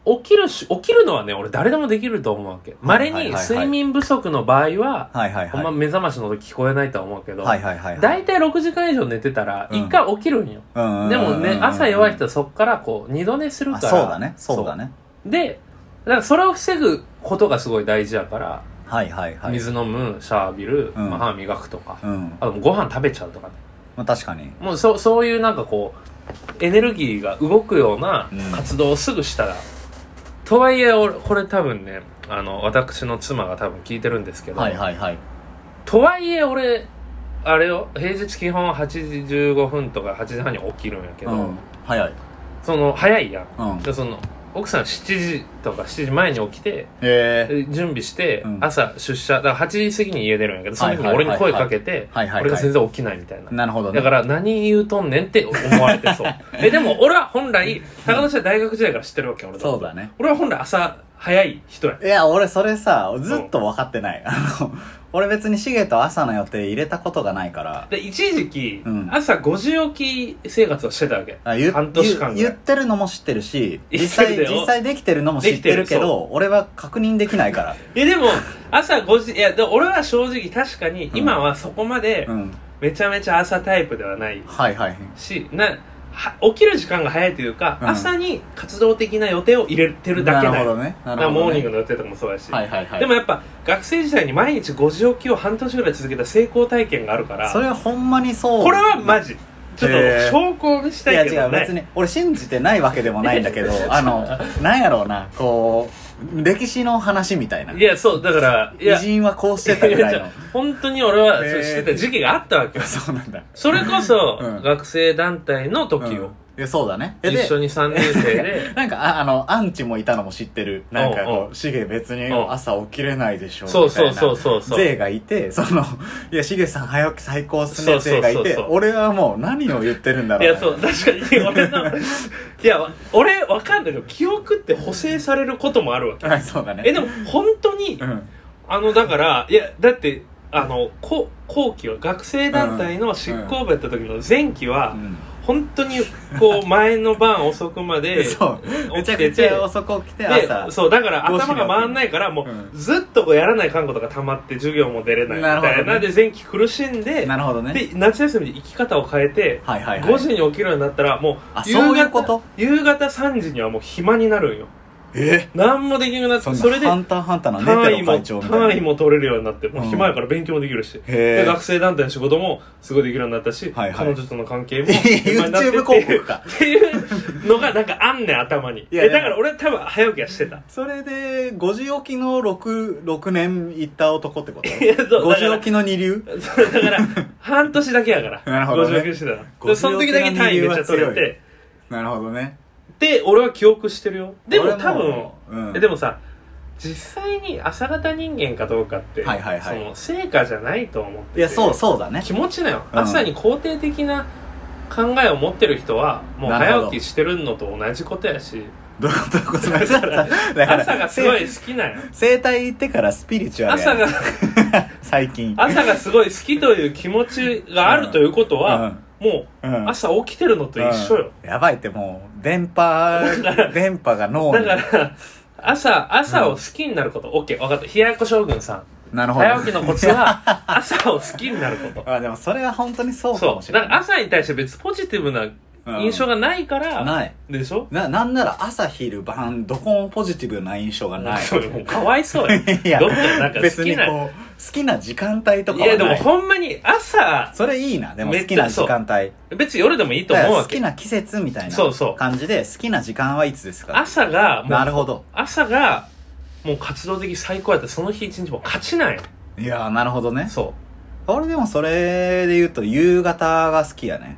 B: 起きるし、起きるのはね、俺誰でもできると思うわけ。
A: はい
B: 稀に
A: はいはいはい
B: 睡眠不足の場合は、
A: はいはい
B: ほ
A: は
B: ん
A: い
B: ま目覚ましの時聞こえないとは思うけど、
A: は
B: だ
A: いはいはいはい
B: いたい6時間以上寝てたら、
A: うん
B: 一回起きるんよ。
A: うんうんうんうん
B: でもね、朝弱い人はそっからこう、二度寝するか
A: あ
B: ら。
A: そうだねそうだね
B: でだからそれを防ぐことがすごい大事やから
A: はいはいはい
B: 水飲むシャワー浴びる、
A: うん
B: まあ、歯磨くとか、
A: うん
B: あともうご飯食べちゃうとかね
A: まあ確かに
B: もうそそういうなんかこうエネルギーが動くような
A: うん
B: 活動をすぐしたら、とはいえ俺これ多分ねあの私の妻が多分聞いてるんですけど、
A: はいはいはい
B: とはいえ俺あれを平日基本8時15分とか8時半に起きるんやけ
A: う
B: ど、
A: ん早い
B: その早いやん
A: うん
B: でその奥さん7時とか7時前に起きて
A: へえ
B: で準備して、
A: うん
B: 朝出社だから8時過ぎに家出るんやけどその時に
A: はいは
B: 俺
A: いは
B: に
A: い
B: 声かけて
A: はいはいはい
B: 俺が全然起きないみたいな
A: なるほどね
B: だから何言うとんねんって思わ れてそうえでも俺は本来高田氏は大学時代から知ってるわけよ俺
A: そう
B: だ
A: だね
B: 俺は本来朝早い人や
A: いや俺それさずっと分かってない、あの俺別にシゲと朝の予定入れたことがないから
B: で一時期、
A: うん
B: 朝5時起き生活をしてたわけ
A: あ言
B: 半年間
A: 言
B: ぐら
A: 言
B: い
A: ってるのも知ってるし
B: 言
A: 実
B: ってる
A: 際
B: よ
A: 実際できてるのも知ってるけ
B: できてる
A: ど俺は確認できないから
B: えでも朝5時いやで俺は正直確かに今はそこまで
A: うん
B: めちゃめちゃ朝タイプではない
A: はいはい
B: しなは起きる時間が早いというか、
A: うん
B: 朝に活動的な予定を入れてるだけ
A: なるほ
B: なの
A: どねな
B: だ
A: る
B: から
A: ほど、ね、
B: モーニングの予定とかもそうやし、
A: はいはいはい
B: でもやっぱ学生時代に毎日5時起きを半年ぐらい続けた成功体験があるから
A: それはほんまにそう
B: これはマジちょっと
A: へー
B: 証拠を見し
A: い
B: た
A: や
B: い
A: 違
B: けど
A: う
B: ね
A: 別に俺信じてないわけでもないんだ けどあのなんやろうなこう歴史の話みたいない
B: やそうだからい
A: 偉
B: や
A: 人はこうしてたぐ らい
B: いや
A: の
B: 違う本当に俺はそう
A: へー
B: してた時期があったわけよ
A: そうなんだ
B: それこそ、
A: うん
B: 学生団体の時
A: うん
B: を、
A: いやそうだねえ
B: 一
A: で
B: 緒に3年生で
A: なんかああのアンチもいたのも知ってるなんか
B: おう
A: こうシゲ別に
B: おう
A: 朝起きれないでしょ
B: そう
A: みたいな
B: そうそうそうそう
A: 税がいてそのいやシゲさん早起き最高っす
B: そ
A: ね
B: うそうそう
A: 税がいて
B: そう
A: 俺はもう何を言ってるんだ
B: い
A: ろう
B: やそう確かに俺のいや俺わかんないけど記憶って補正されることもあるわけ
A: はいそうだね
B: えでも本当に、
A: うん
B: あのだからいやだってあのこ後期は学生団体の執行部やった時の前期は、
A: うん
B: 本当にこう前の晩遅くま で
A: そうめちゃ
B: 起
A: く
B: き
A: ち
B: てて
A: ゃ遅く起きて
B: で
A: 朝
B: そうだから
A: 5時
B: 頭が回んないからも
A: うん
B: うずっとこうやらない看護とか溜まって授業も出れないみた
A: な
B: い
A: る
B: な
A: ほどね
B: で前期苦しんで
A: なるほどね
B: で夏休みで生き方を変えて
A: はいはいはい
B: 5時に起きるようになったらも
A: あ
B: う夕方
A: そういうこと
B: 夕方3時にはもう暇になるんよ
A: え
B: 何もできなくなって
A: そんな
B: それで
A: ハンターハンターの
B: 単
A: ネ
B: 位
A: テロ
B: も
A: 会長みた
B: 単位
A: いな
B: も取れるようになってもう
A: うん
B: 暇やから勉強もできるし、
A: へー
B: で学生団体の仕事もすごいできるようになったし、
A: はいはい
B: 彼女との関 係も暇になってって
A: YouTube 広告か
B: っていうのがなんかあんねん頭に
A: いや
B: え
A: いや
B: だから俺多分早起きはし てた
A: それで5時起きの 6, 6年行った男ってこと
B: いやそうだから
A: 5時起きの二流
B: そうだから半年だけやから
A: なるほどね
B: 50してたでその時だけ単位めっちゃ取れ
A: 50は強い
B: て
A: なるほどね
B: で俺は記憶してるよでも
A: 俺
B: 多分
A: うん、
B: えでもさ実際に朝型人間かどうかって、
A: はいはいはい
B: その成果じゃないと思ってて
A: いやそうそうだね
B: 気持ちだよ、
A: うん
B: 朝に肯定的な考えを持ってる人はもう
A: なるほ
B: 早
A: ど
B: 起きしてるのと同じことやし
A: どういうことどういうことだから
B: 朝がすごい
A: せ
B: 好き なんよ
A: 生体行ってからスピリチュアルや
B: 朝が
A: 最近
B: 朝がすごい好きという気持ちがあるということは、も
A: うんう
B: うん朝起きてるのと一緒よ、
A: うんやばいってもう電 波電波が脳
B: だ
A: に
B: から朝朝を好きになること OK 分かった冷ややっこ将軍さん
A: なるほど
B: 早起きのコ ツは朝を好きになること
A: あでもそれは本当にそうか
B: そ
A: もし
B: う
A: れ
B: だか
A: ない
B: ら朝に対して別にポジティブな
A: うん
B: 印象がないから、
A: ない
B: でしょ
A: ななんなら朝昼晩どこもポジティブな印象がない
B: そうもうかわいそうや
A: いや
B: どっかなんか好
A: 別
B: き
A: にこう
B: な
A: 好きな時間帯とか
B: い
A: はな
B: や
A: い
B: でもほんまに朝
A: それいいなでも
B: めっ
A: 好
B: ち
A: き
B: ゃ
A: な時間帯
B: 別に夜でもいいと
A: だか
B: 思
A: ら
B: うわ
A: 好き
B: け
A: な季節みたいな
B: そうそう
A: 感じで好きな時間はいつですか
B: 朝がも
A: なる
B: う
A: ほど
B: 朝がもう活動的最高やったその日一日も勝ちない
A: いやーなるほどね
B: そ
A: 俺でもそれで言うと夕方が好きやね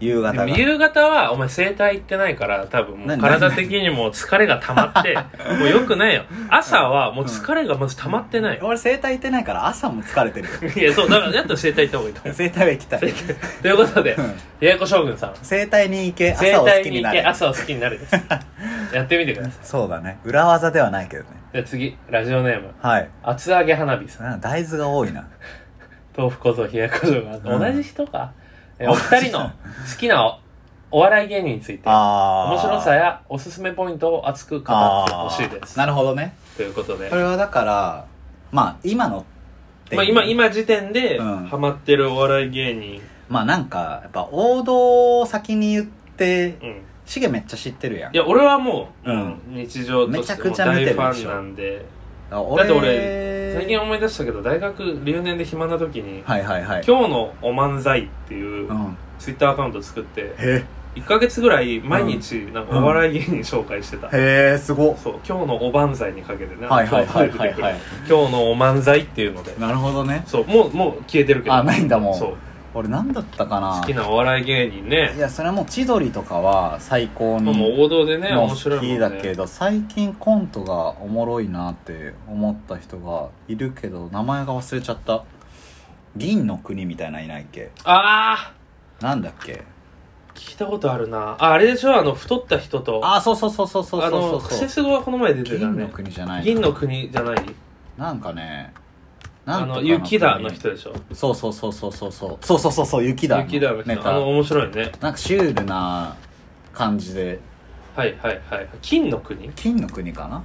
A: 夕
B: うで
A: 方
B: も
A: が
B: 夕方はお前整体行ってないから多分もう
A: 何
B: 体的にも疲れが溜まって もう良くないよ朝はもう疲れがまず溜まってないよ
A: 俺整体行ってないから朝も疲れてる
B: いやそうだからやったら整体行った方がいいと思う
A: 整体は行きた い
B: ということで
A: うん
B: ややこ将軍さん
A: 整体に行け
B: 整
A: 朝を好
B: 体
A: き
B: に
A: に
B: 行
A: な
B: け
A: れ
B: 朝を好きにな るですやってみてください
A: そうだね裏技ではないけどね
B: じゃあ次ラジオネーム
A: はい
B: 厚揚げ花火さん
A: なんか大豆が多いな
B: 豆腐小僧冷やこぞが
A: うん
B: 同じ人か、えお二人の好きなおお笑い芸人について面
A: ああ
B: 白さやおすすめポイントを熱く語ってほしいです
A: なるほどね
B: ということで
A: こ、れはだからまあ今のっていう
B: まあ、今今時点で
A: うん
B: ハマってるお笑い芸人、
A: まあなんかやっぱ王道を先に言って
B: うん
A: シゲめっちゃ知ってるやん
B: いや俺はもう、
A: うん
B: 日常としても
A: めちゃくちゃ見てる
B: 大
A: でしょ
B: ファンなんで
A: だって
B: だって俺最近思い出したけど大学留年で暇な時に
A: はいはいは
B: 「
A: い
B: 今日のお漫才」っていう
A: うん
B: ツイッターアカウント作って
A: へ
B: 1ヶ月ぐらい毎日なんかお笑い芸人紹介してた、
A: へえすごっ
B: そう「今日のおばんざい」にかけてね
A: はいはいはいはい
B: 今
A: は
B: 日のお漫才」っていうので
A: いなるほどね
B: そうもうもう消えてるけど
A: あないんだもん
B: そう
A: 俺なんだったかな
B: 好きなお笑い芸人ね
A: いやそれはもう千鳥とかは最高
B: まあもう
A: に
B: 王道でね
A: もう
B: 面白い
A: 好
B: もん
A: き
B: ね
A: だけど最近コントがおもろいなって思った人がいるけど名前が忘れちゃった銀の国みたいないないっけ
B: ああ
A: なんだっけ
B: 聞いたことあるなああれでしょあの太った人と
A: あそうそうそうそうそう
B: あ
A: そ
B: の
A: う
B: ク
A: そ
B: セ
A: う
B: スゴはこの前出てたね
A: 銀の国じゃない
B: 銀の国じゃない
A: なんかねなん
B: あ
A: とか
B: の
A: 国
B: 雪だの人でしょ
A: そうそうそうそうそうそうそうそうそうそう雪だ
B: 雪だの人
A: ネ
B: あ
A: タ
B: の面白いね
A: なんかシュールな感じで
B: はいはいはい金の国
A: 金の国かな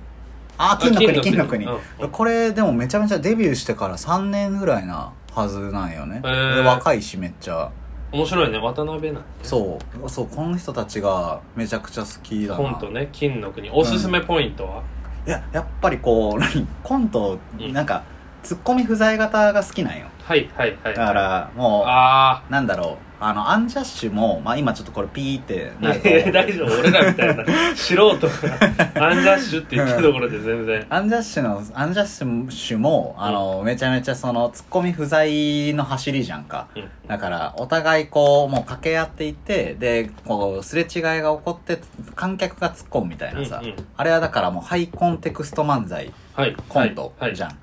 A: あ金の国金の国
B: うんうん
A: これでもめちゃめちゃデビューしてから3年ぐらいなはずなんよね、
B: へー
A: で若いしめっちゃ
B: 面白いね渡辺なんて
A: そうそうこの人たちがめちゃくちゃ好きだ
B: コン
A: な
B: トね金の国おすすめポイントは、
A: いややっぱりこう 何コント
B: うん
A: なんかツッコミ不在型が好きなんよ
B: はいはいはい
A: だからも
B: あ
A: うなんだろうあのアンジャッシュも、まあ、今ちょっとこれピーって
B: あ
A: なると思う
B: 大丈夫俺らみたいな 素人がアンジャッシュって言ったところで全 然
A: アンジャッシュの、アンジャッシュも、あの、めちゃめちゃその、ツッコミ不在の走りじゃんか。
B: うん
A: だから、お互いこう、もう掛け合っていて、で、こう、すれ違いが起こって、観客が突っ込むみたいなさ。
B: うんうん
A: あれはだからもう、ハイコンテクスト漫才、
B: はい
A: コント、
B: はい
A: じゃん。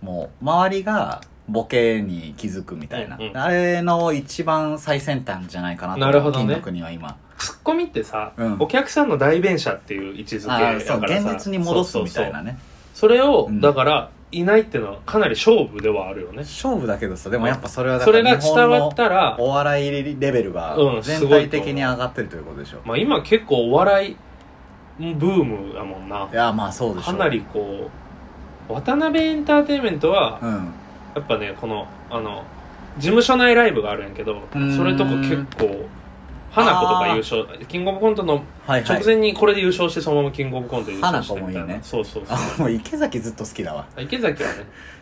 A: もう、周りが、ボケに気づくみたいな、
B: うんうん
A: あれの一番最先端じゃないかなと。
B: なるほどね
A: 金の国は今。
B: ツッコミってさ、
A: うん
B: お客さんの代弁者っていう位置づけだ
A: あ
B: から
A: ー
B: さ
A: そう、現実に戻すみたい
B: そうそうそう
A: なね。
B: それを、
A: うん
B: だからいないっていうのはかなり勝負ではあるよね
A: 勝負だけどさ、でもやっぱそれはだか
B: そ
A: ら
B: れが
A: 日
B: 伝
A: 本
B: わ
A: の
B: ったら
A: お笑いレベルが
B: うんす
A: 全
B: ごい
A: 体
B: と思う
A: 的に上がってるということでしょ、
B: まあ今結構お笑いブームだもんない
A: やまあそうでしょ
B: か
A: う
B: なりこう渡辺エンターテインメントは
A: うん
B: やっぱねこのあの事務所内ライブがあるんやけど
A: ーん
B: それとか結構花子とか優勝キングオブコントの
A: はいは
B: 直
A: い
B: 前にこれで優勝してそのままキングオブコント優勝してみたいな
A: 花子もいいね
B: そうそうそう
A: あもう池崎ずっと好きだわ
B: あ池崎はね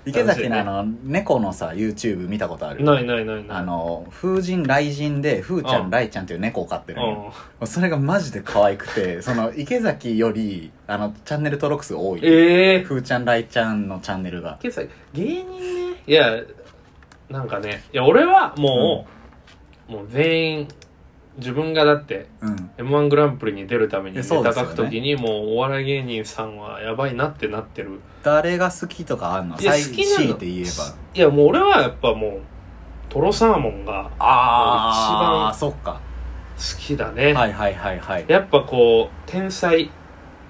A: 池崎のあの猫のさ YouTube 見たことある
B: ないないないない
A: あの風神雷神で風ちゃ
B: うん
A: ん雷ちゃんっていう猫を飼ってるのよ
B: うん
A: それがマジで可愛くてその池崎よりあのチャンネル登録数多い
B: ええ
A: 風ちゃん雷ちゃんのチャンネルが
B: けどさ芸人ねいやなんかねいや俺はもう、もう全員自分がだって
A: うん、
B: m 1グランプリに出るために
A: い
B: ネ
A: やそうで
B: タ書
A: すよね
B: くときにもうお笑い芸人さんはやばいなってなってる
A: 誰が好きとかあんの
B: いや
A: 最
B: 好きなの
A: 強いて言えば
B: いやもう俺はやっぱもうトロサーモンが
A: あ
B: 一番
A: あそっか
B: 好きだね、
A: はいはいはいはい
B: やっぱこう天才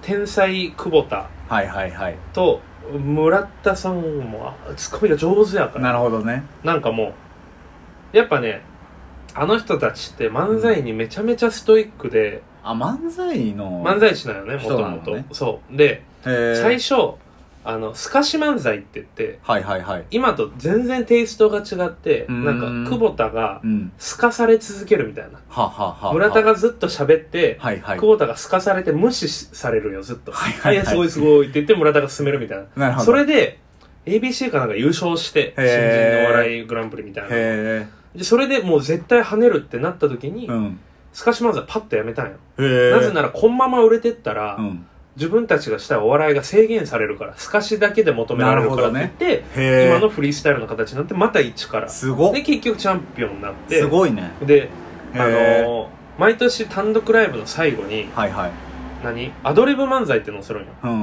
B: 天才久保田
A: はいはいはい
B: と村田さんもあツッコミが上手やから
A: なるほどね
B: なんかもう、やっぱね、あの人たちって漫才にめちゃめちゃストイックで、
A: あ漫才の
B: 漫才師なのね、も
A: 人
B: と
A: なの
B: もと
A: ね。
B: そう。で、
A: へー
B: 最初、あの、透かし漫才って言って、
A: はいはいはい
B: 今と全然テイストが違って、
A: うん
B: なんか、久保田が
A: うん
B: 透かされ続けるみたいな。
A: はあはあはあはあ
B: 村田がずっと喋って、
A: はいはい
B: 久保田が透かされて無視されるよ、ずっと。
A: はいはいはい
B: や、すごいすごいって言って村田が進めるみたい
A: なるほ
B: な。
A: ど
B: それで、ABC かなんか優勝して、新
A: へー
B: 人のお笑いグランプリみたいな。
A: へ
B: で、それでもう絶対跳ねるってなった時に、
A: えうん
B: スカシ漫才パッとやめたんよ。
A: へえ
B: なぜなら、こんまま売れてったら、
A: うん
B: 自分たちがしたいお笑いが制限されるから、スカシだけで求められるからって言って、
A: へえ
B: 今のフリースタイルの形になって、また一から。
A: すご
B: で、結局チャンピオンになって、
A: すごいね
B: で、あ
A: へ
B: の
A: え
B: ー毎年単独ライブの最後に、
A: はいはい
B: 何アドリブ漫才ってのをするんよ。
A: うんうん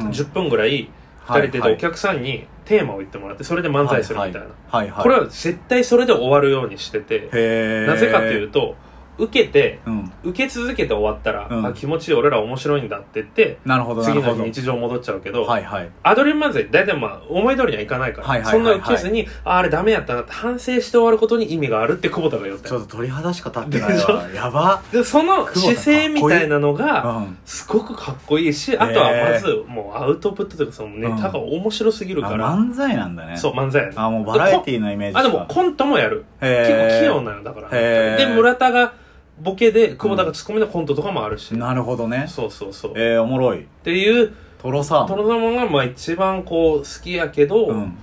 A: うん
B: 10分ぐらい、
A: は
B: 二
A: い
B: 人でお客さんにテーマを言ってもらって、それで漫才するみたいな。
A: はいはい
B: これ
A: は
B: は絶対それで終わるようにしてて、
A: へえ
B: なぜかというと、受けて、
A: うん
B: 受け続けて終わったら、
A: うん
B: あ気持ちいい俺ら面白いんだって言って、
A: なるほどな
B: 次
A: る
B: の
A: ほ
B: 日
A: ど
B: 日常戻っちゃうけど、
A: はいはい
B: アドリブ漫才、大体まあ、思い通りにはいかないから、
A: はいはいはいはい
B: そんな受けずに、ああれダメやったなって反省して終わることに意味があるって久保田が言った
A: ちょ
B: よ
A: っと鳥肌しか立ってないわやば
B: で、そ
A: 久保
B: の
A: 田
B: 姿勢みたいなのが、
A: うん
B: すごくかっこいいし、あとはまず、もうアウトプットというか、そのネタが面白すぎる
A: あ
B: から、
A: 漫才なんだね
B: そう、漫才やね。
A: あもうバラエティーのイメージしか
B: あ、でもコントもやる。結構
A: へえ
B: 器用なのだから。
A: へー
B: で、村田がボケで、久保田がツッコミのコントとかもあるし。
A: なるほどね
B: そうそうそう。っ
A: えー、おもろい
B: ていう、
A: とろサー
B: と
A: モン
B: ろサーモンがまあ一番こう好きやけど、
A: うん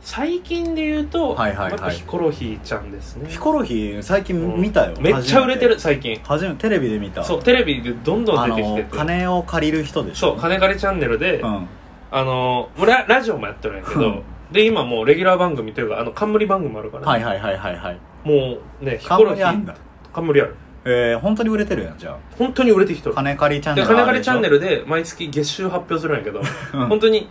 B: 最近で言うと、
A: はいはいはい
B: やっぱヒコロヒーちゃんですね
A: ヒコロヒー最近見たよ、
B: めっちゃ売れてる
A: 初
B: 最近
A: め初めてテレビで見た
B: そうテレビでどんど
A: あ
B: ん出てきて
A: の
B: て
A: 金を借りる人でし
B: そ
A: ょ
B: う「金借りチャンネルで」
A: うん
B: あのもうララジオもやってるんやけ
A: う
B: ど
A: ん
B: で今もうレギュラー番組というかあの冠番組もあるから、
A: はいはいはいはいはい
B: もうねヒコロ
A: 冠
B: ヒ
A: あん
B: ー
A: だ
B: 冠ある
A: えー、本当に売れてるやんじゃ
B: 本当に売れてき
A: あ
B: てる
A: 金借りチャンネ
B: で
A: ル
B: 金借りチャンネ
A: ル
B: ルで毎月月収発表するんやけど、
A: うん
B: 本当に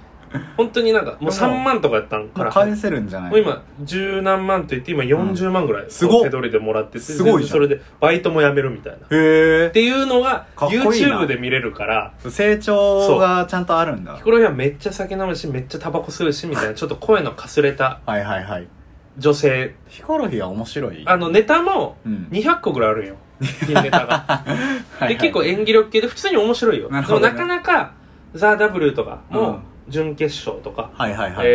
B: 本当になんかもう
A: でも
B: 3万とかやったんから
A: 返せるんじゃない
B: もう今十何万と言って今40万ぐらい
A: すごっ
B: 手取りでもらってて
A: すごいじゃん
B: それでバイトも辞めるみたいなっ
A: へ
B: ていうのが
A: かっこいいな
B: YouTube で見れるから
A: え成長がちゃんとあるんだ
B: ヒコロヒーはめっちゃ酒飲むしめっちゃタバコ吸うしみたいなちょっと声のかすれた
A: はいはいはい
B: 女性
A: ヒコロヒーは面白い
B: あのネタも
A: うん
B: 200個ぐらいある んよピンネタが
A: はいはい
B: で結構演技力系で普通に面白いよ
A: なる
B: で
A: ほ
B: も
A: どね
B: なかなか「ザ・ w とか
A: う
B: も
A: ん
B: 準決勝とか
A: はいはいはい、
B: え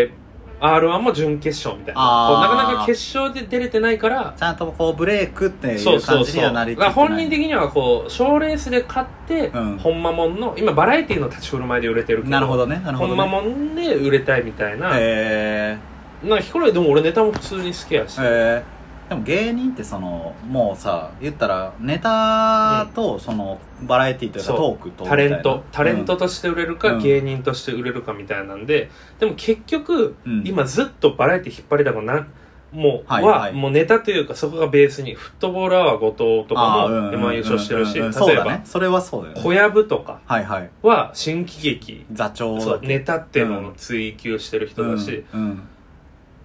B: ー R1 も準決勝みたいな
A: あー
B: こうなかなか決勝で出れてないから
A: ちゃんとこうブレイクってい
B: そう
A: う
B: そ
A: 感
B: う
A: じ
B: そ
A: に
B: う。だ
A: は
B: か
A: なりきってな
B: ら
A: い
B: 本人的にはこう、賞レースで勝って、
A: うん
B: ほんまもんの、今バラエティの立ち振る舞いで売れてるけど、
A: なるほどねなる
B: ほ
A: ほど
B: ん
A: ね
B: まもんで売れたいみたいな。
A: え
B: なんかヒコロヒーでも俺ネタも普通に好きやし。
A: ー、えー、でも芸人ってそのもうさ言ったらネタとそのバラエティというか
B: そう
A: トークとみ
B: タ
A: たい
B: レ
A: な
B: ント、タレントとして売れるか、
A: うん
B: 芸人として売れるかみたいなんで、でも結局、
A: うん
B: 今ずっとバラエティ引っ張りだこな、もう、は
A: はいはい
B: もうネタというかそこがベースに、フットボールアワー後藤とか
A: あ
B: も、
A: ーうん
B: M1 優勝してるし、
A: うんうんうん
B: 例
A: そう
B: え
A: だ
B: ば
A: ね、それはそうだよね
B: 小籔とか
A: はいはい
B: は新喜劇
A: 座長
B: そうネタっていうの
A: う
B: を
A: ん
B: 追求してる人
A: うん
B: だし、
A: うん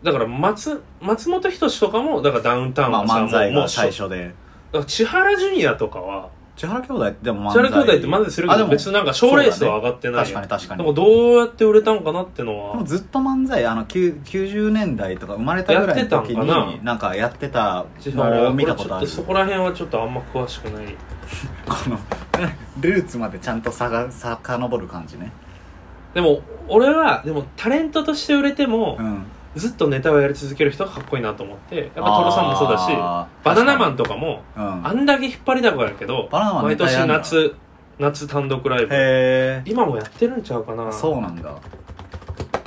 B: だから松松本人志とかもだからダウンタウン
A: ま
B: は
A: あ
B: さ、
A: 漫才
B: もうも
A: が
B: う
A: 最初で
B: だから千原ジュニアとかは
A: 千原兄弟ってでも漫
B: 千
A: 才
B: 原兄弟って漫才するけ
A: あで
B: ど
A: も
B: 別になんか賞レースは上がってない
A: 確かに確か
B: で
A: に
B: もどうやって売れたんかなっての
A: でも
B: は
A: ずっと漫才あのきゅ90年代とか生まれたぐらいの時
B: やってたんか
A: になんかやってた
B: 千
A: の
B: 原
A: を見たことあ
B: 俺
A: る
B: ちょっそこら辺はちょっとあんま詳しくない
A: この ルーツまでちゃんとさが遡る感じね
B: でも俺はでもタレントとして売れても、
A: うん
B: ずっとネタをやり続ける人がかっこいいなと思ってやっぱトロさんもそうだし
A: あー
B: バナナマンとかも
A: うん
B: あんだけ引っ張りだこやけど
A: バナナマン
B: 毎
A: ネタやん
B: 年
A: な
B: 夏夏単独ライブ
A: へえ
B: 今もやってるんちゃうかな
A: そうなんだ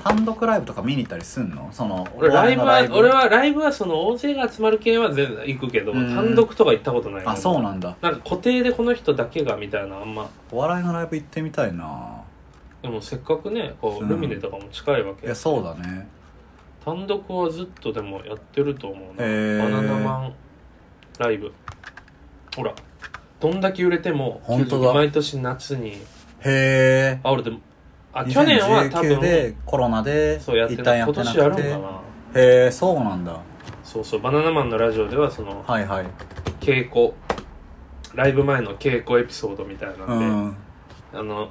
A: 単独ライブとか見に行ったりすんのその
B: 俺ライブ
A: お
B: は
A: 笑いの
B: 俺はライブはその大勢が集まる系は全然行くけど
A: うん
B: 単独とか行ったことない
A: あそう
B: な
A: なんだ
B: なんか固定でこの人だけがみたいなあんま
A: お笑いのライブ行ってみたいな
B: でもせっかくねこ
A: う
B: うんルミネとかも近いわ
A: い
B: け
A: やそうだね
B: 単独はずっとでもやってると思うな
A: へー
B: バナナマンライブほらどんだけ売れても
A: 本当だ
B: 毎年夏に
A: へえ
B: あ俺でもあ去年は多分
A: でコロナで
B: そうやって
A: 一
B: な
A: 旦
B: い
A: やっ
B: 今
A: てな
B: 年やる
A: く
B: ん
A: て
B: かな
A: へえそうなんだ
B: そうそうバナナマンのラジオではその
A: はいはい
B: 稽古ライブ前の稽古エピソードみたいなんで、
A: うん
B: あの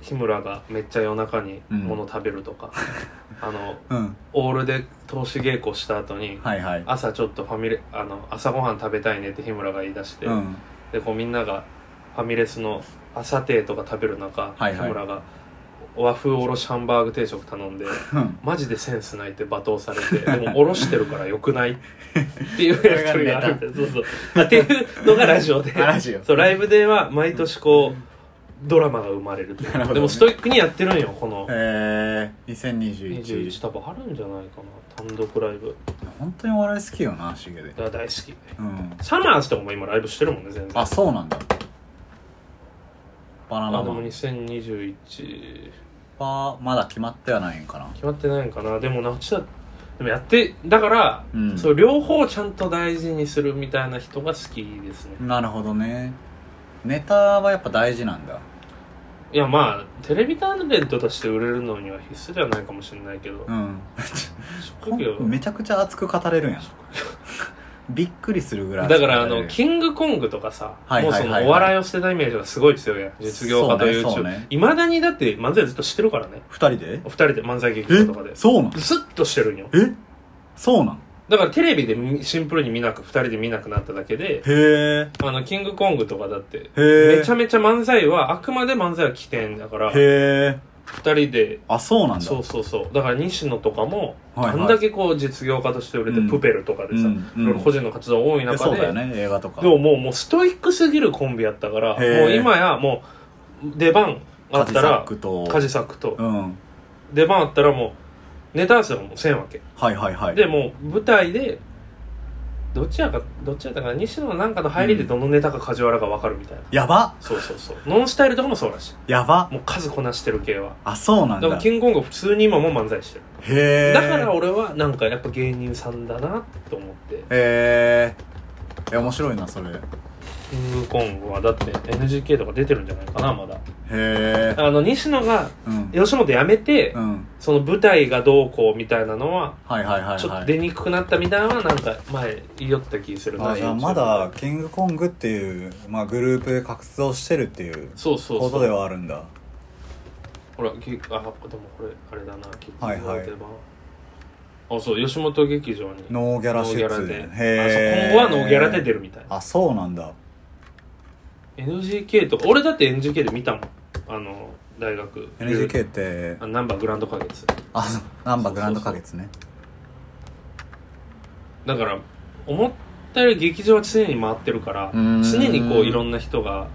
B: 日村がめっちゃ夜中に物食べるとか、 あの
A: うん
B: オールで投資稽古した後に
A: はいはい
B: 朝ちょっとファミレあの朝ごはん食べたいねって日村が言い出して、
A: うん
B: でこうみんながファミレスの朝定とか食べる中、
A: はいはい
B: 日村が和風おろしハンバーグ定食頼んで。
A: うん
B: マジでセンスないって罵倒されて、でもおろしてるからよくないっていうやりとりがあ るみたいな。そうそう。まあっていうのがラジオで。
A: ラジオ
B: そう、ライブでは毎年こう、ドラマが生まれるという
A: なるほどね
B: でもストイックにやってるんよ、この
A: ええ2021
B: 21多分あるんじゃないかな、単独ライブ。
A: 本当にお笑い好きよなしげで
B: だから大好き。
A: うん
B: サマーズとかも今ライブしてるもんね、全然。
A: あそうなんだバナ
B: あ
A: ナ
B: で
A: マ
B: も
A: ン
B: 2021、
A: はまだ決まってはないんかな
B: 決まってないんかな。でも夏だ、でもやって、だから、
A: うん
B: そう、両方ちゃんと大事にするみたいな人が好きですね。
A: なるほどねネタはやっぱ大事なんだ
B: いやまあテレビタレントとして売れるのには必須ではないかもしれないけど
A: うん
B: 職業
A: めちゃくちゃ熱く語れ るやんびっくりするぐらい
B: だからあ
A: 語れ
B: の
A: る
B: キングコングとかさ
A: はい
B: もう
A: はい
B: そ
A: はいはい
B: のお笑いを捨てたイメージがすごい強いやん実業家と
A: そうねそう
B: YouTube
A: ね
B: いまだにだって漫才ずっとしてるからね
A: 二人で
B: お二人で漫才劇場とかで
A: えそうなん
B: ずっとしてるんよ
A: えそうなん
B: だからテレビでみシンプルに見なく二人で見なくなっただけ
A: へ
B: で
A: え
B: あのキングコングとかだって
A: へえ
B: めちゃめちゃ漫才はあくまで漫才は起点だから二
A: へえ
B: 人で
A: あそうなんだ
B: そうそうそうだから西野とかも、
A: はいはい
B: あんだけこう実業家として売れて、
A: うん
B: プペルとかで
A: う
B: さ、
A: んうん
B: いろいろ個人の活動多い
A: え
B: 中
A: そう
B: で
A: だよね映画とか
B: でももうもうストイックすぎるコンビやったから
A: へー
B: もう今やもう出番あ
A: カ
B: っ
A: ジ
B: た
A: サッ
B: ら
A: クと
B: カジサックと
A: うん
B: 出番あったらもうネタ合わせはもうせんわけ
A: はいはいはい
B: でもう舞台でどっちやかどっちやったかな西野のなんかの入りでどのネタか梶原が分かるみたいな、
A: やば
B: そうそうそうノンスタイルとかもそうらし
A: やば
B: いもう数こなしてる系は
A: あそうなん
B: だから
A: だ
B: キ
A: へ
B: ングコングは普通に今も漫才してる
A: え
B: だから俺はなんかやっぱ芸人さんだなと思って
A: へえ面白いなそれへ
B: キングコングはだって NGK とか出てるんじゃないかなまだ
A: え
B: あの西野が
A: うん
B: 吉本辞めて、
A: うん
B: その舞台がどうこうみたいなのは
A: はいはいはい
B: ちょっ
A: は
B: と
A: い
B: 出にくくなったみたいなのはなんか前言いよった気するな
A: あじゃあ
B: YouTube
A: まだキングコングっていう、まあ、グループで活動してるっていう
B: そうそう
A: こ
B: そ
A: と
B: う
A: ではあるんだ
B: ほらきあでもこれあれだな結
A: はいはい
B: あそう吉本劇場に
A: ノーギャラ
B: ノー
A: 出
B: ギャラ
A: 演
B: で
A: へ
B: あ
A: え
B: そう今後はノーギャラで出るみたいな
A: あそうなんだ
B: NGK とか俺だって NGK で見たもんあの大学
A: NGK って
B: あナンバーグランド花月
A: あそうナンバーグランド花月ね
B: だから思ったより劇場は常に回ってるから
A: うーん
B: 常にこういろんな人が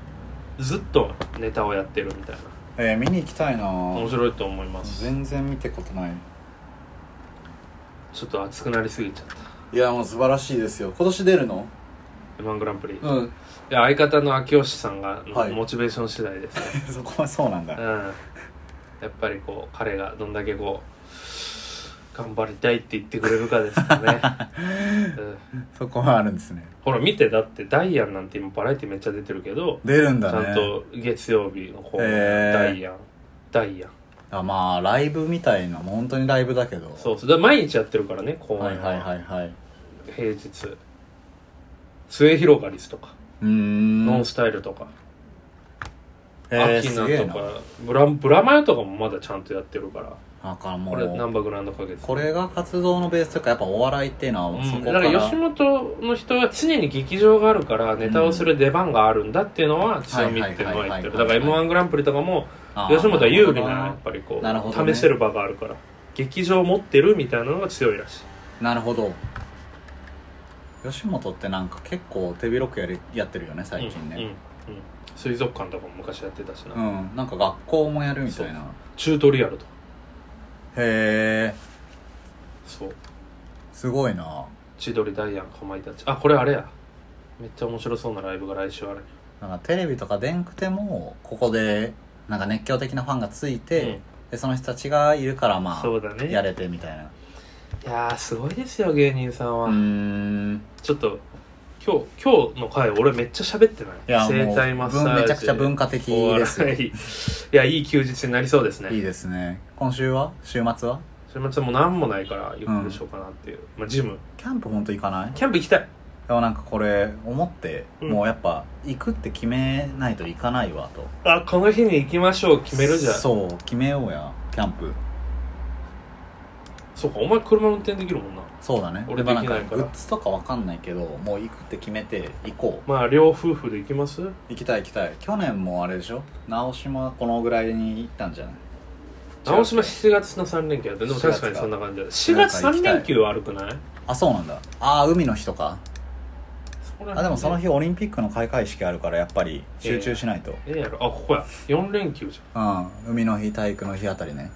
B: ずっとネタをやってるみたいな
A: えー、見に行きたいな
B: 面白いと思います
A: 全然見たことない
B: ちょっと熱くなりすぎちゃった
A: いやもう素晴らしいですよ今年出るの
B: M−1 グランプリ、い
A: うん
B: や相方の秋吉さんが
A: はい
B: モチベーション次第で すね、
A: そこはそうなんだ
B: うんやっぱりこう彼がどんだけこう頑張りたいって言ってくれるかですか ね、うん
A: そこはあるんですね
B: ほら見てだってダイアンなんて今バラエティめっちゃ出てるけど、
A: 出るん
B: ち
A: だね
B: ゃんと月曜日の方
A: へー
B: ダイアンダイアン
A: あまあライブみたいなもう本当にライブだけど
B: そうそうだから毎日やってるからね公演は,、
A: はいはいはいはい
B: 平日末広がりすとか、
A: うーん
B: ノンスタイルとか
A: えー、
B: アキ
A: す
B: ナ
A: げえ
B: と
A: な
B: かブラブラマヨとかもまだちゃんとやってるから
A: なんかも
B: これナン
A: う
B: バーグランド花月
A: これが活動のベースというかやっぱお笑いっていうの
B: う
A: はそ
B: ん、
A: こ
B: だ
A: か、
B: からら吉本の人は常に劇場があるからネタをする出番があるんだっていうのは強みっていうのは言って
A: はいはいはい
B: るだか
A: はい
B: ら m 1グランプリとかも
A: あー
B: 吉本は有利なやっぱりこ
A: なるほど
B: う、
A: ね
B: 試せる場があるから劇場持ってるみたいなのが強いらしい
A: なるほど吉本ってなんか結構手広くやりやってるよね最近
B: うんうん
A: ね
B: うん水族館とかも昔やってたしな、
A: うん、なんか学校もやるみたいな
B: チュートリアルとか
A: へえ
B: そう
A: すごいな
B: 千鳥ダイアンかまいたちあこれあれやめっちゃ面白そうなライブが来週ある
A: なんかテレビとかでんくてもここでなんか熱狂的なファンがついて、
B: うん
A: でその人たちがいるからま
B: そう
A: あ
B: だね
A: やれてみたいない
B: やーすごいですよ芸人さん
A: う
B: は、
A: ーん
B: ちょっと今日今日の回俺めっちゃ喋ってない
A: いや
B: 整
A: も
B: 体マッサー
A: う
B: ジ
A: めちゃくちゃ文化的です
B: お
A: よ
B: 笑いいやいい休日になりそうですね
A: いいですね今週は週末は
B: 週末も何もないからゆっくりしようかなっていう、まあジム
A: キャンプほんと行かない
B: キャンプ行きたい
A: でもなんかこれ思って、
B: うん
A: もうやっぱ行くって決めないといかないわと
B: あこの日に行きましょう決めるじゃんそ
A: そう決めようやキャンプ
B: うかお前車運転できるもんな
A: そうだね
B: 俺
A: まあ
B: できないから
A: グッズとかわかんないけどもう行くって決めて行こう
B: まあ両夫婦で行きます
A: 行きたい行きたい去年もあれでしょ直島このぐらいに行ったんじゃない
B: 直島7月の3連休やってでも確かにそんな感じだ4月3連休悪くない
A: あそうなんだああ海の日とか
B: そこら辺
A: あでもその日オリンピックの開会式あるからやっぱり集中しないと、
B: ええやろあここや4連休じ
A: うん海の日体育の日あたりね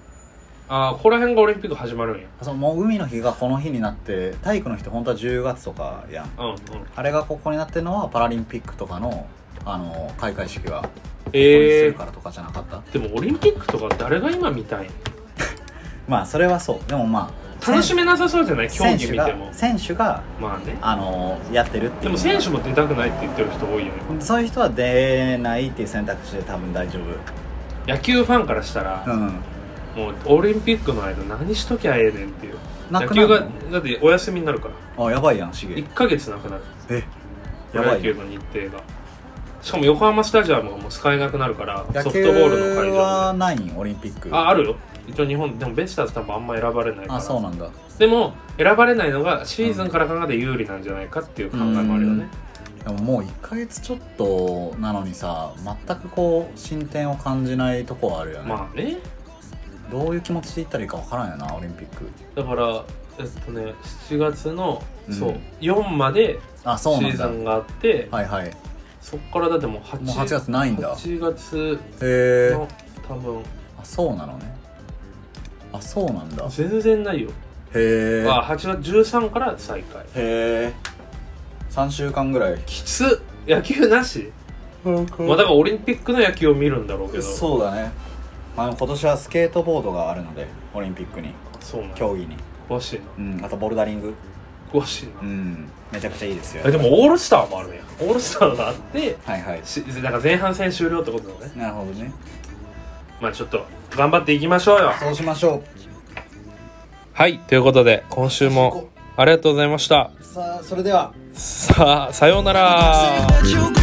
B: ゃんあここら辺がオリンピック始まるんや
A: そうもう海の日がこの日になって体育の日って本当は10月とかやん
B: うんうん
A: あれがここになってるのはパラリンピックとかのあの開会式がここにす
B: ええ
A: るからとかじゃなかった、
B: でもオリンピックとか誰が今見たい
A: まあそれはそうでもまあ
B: 楽しめなさそうじゃない競
A: 選
B: 技
A: 手
B: 見
A: が
B: ても
A: 選手が
B: まあね
A: あのやってるっていう
B: でも選手も出たくないって言ってる人多いよね
A: そういう人は出ないっていう選択肢で多分大丈夫
B: 野球ファンからしたら
A: うん
B: もうオリンピックの間何しときゃええねんっていう
A: な
B: 野
A: くなる
B: 球がだってお休みになるから
A: のあやばいやんしげ
B: 1ヶ月なくなる
A: え
B: プ
A: や
B: ロ
A: ば
B: 野
A: い
B: 球
A: よ
B: の日程がしかも横浜スタジアムがもう使えなくなるから
A: 野
B: ソフ
A: 球
B: トボールの会場
A: はないんオリンピック
B: ああるよ一応日本でもベイスターズ多分あんま選ばれないか
A: あそう
B: ら
A: なんだ
B: でも選ばれないのがシーズンから考えて有利なんじゃないかっていう考えもあるよね
A: でももう1ヶ月ちょっとなのにさ全くこう進展を感じないとこはあるよね、
B: まあね
A: どういう気持ちで行ったらいいかわからんよなオリンピック
B: だからえっとね7月の、
A: うん
B: そう4まで
A: あ
B: シ
A: そうな
B: ー
A: ん
B: ズ
A: だ
B: ンがあって
A: はいはい
B: そっからだってもう8
A: もう8月ないんだ
B: 8月
A: へえ
B: の多分
A: あそうなのねあそうなんだへ
B: 全然ないよ、
A: え
B: あ8月13から再開
A: へえ3週間ぐらい
B: きつっ野球なし、まあだからオリンピックの野球を見るんだろうけどう
A: そうだね、まあ、今年はスケートボードがあるのでオリンピックに
B: そうなんだ
A: 競技に
B: 詳しいな
A: うんあとボルダリング
B: 詳しいな、
A: うんめちゃくちゃいいですよ
B: えでもオールスターもあるねオールスターがあって
A: はいはい
B: しだから前半戦終了ってことだね
A: なるほどね
B: まあちょっと頑張っていきましょうよ
A: そうしましょ
B: はいということで今週もありがとうございました
A: うさあそれでは
B: さあさようなら
C: that you're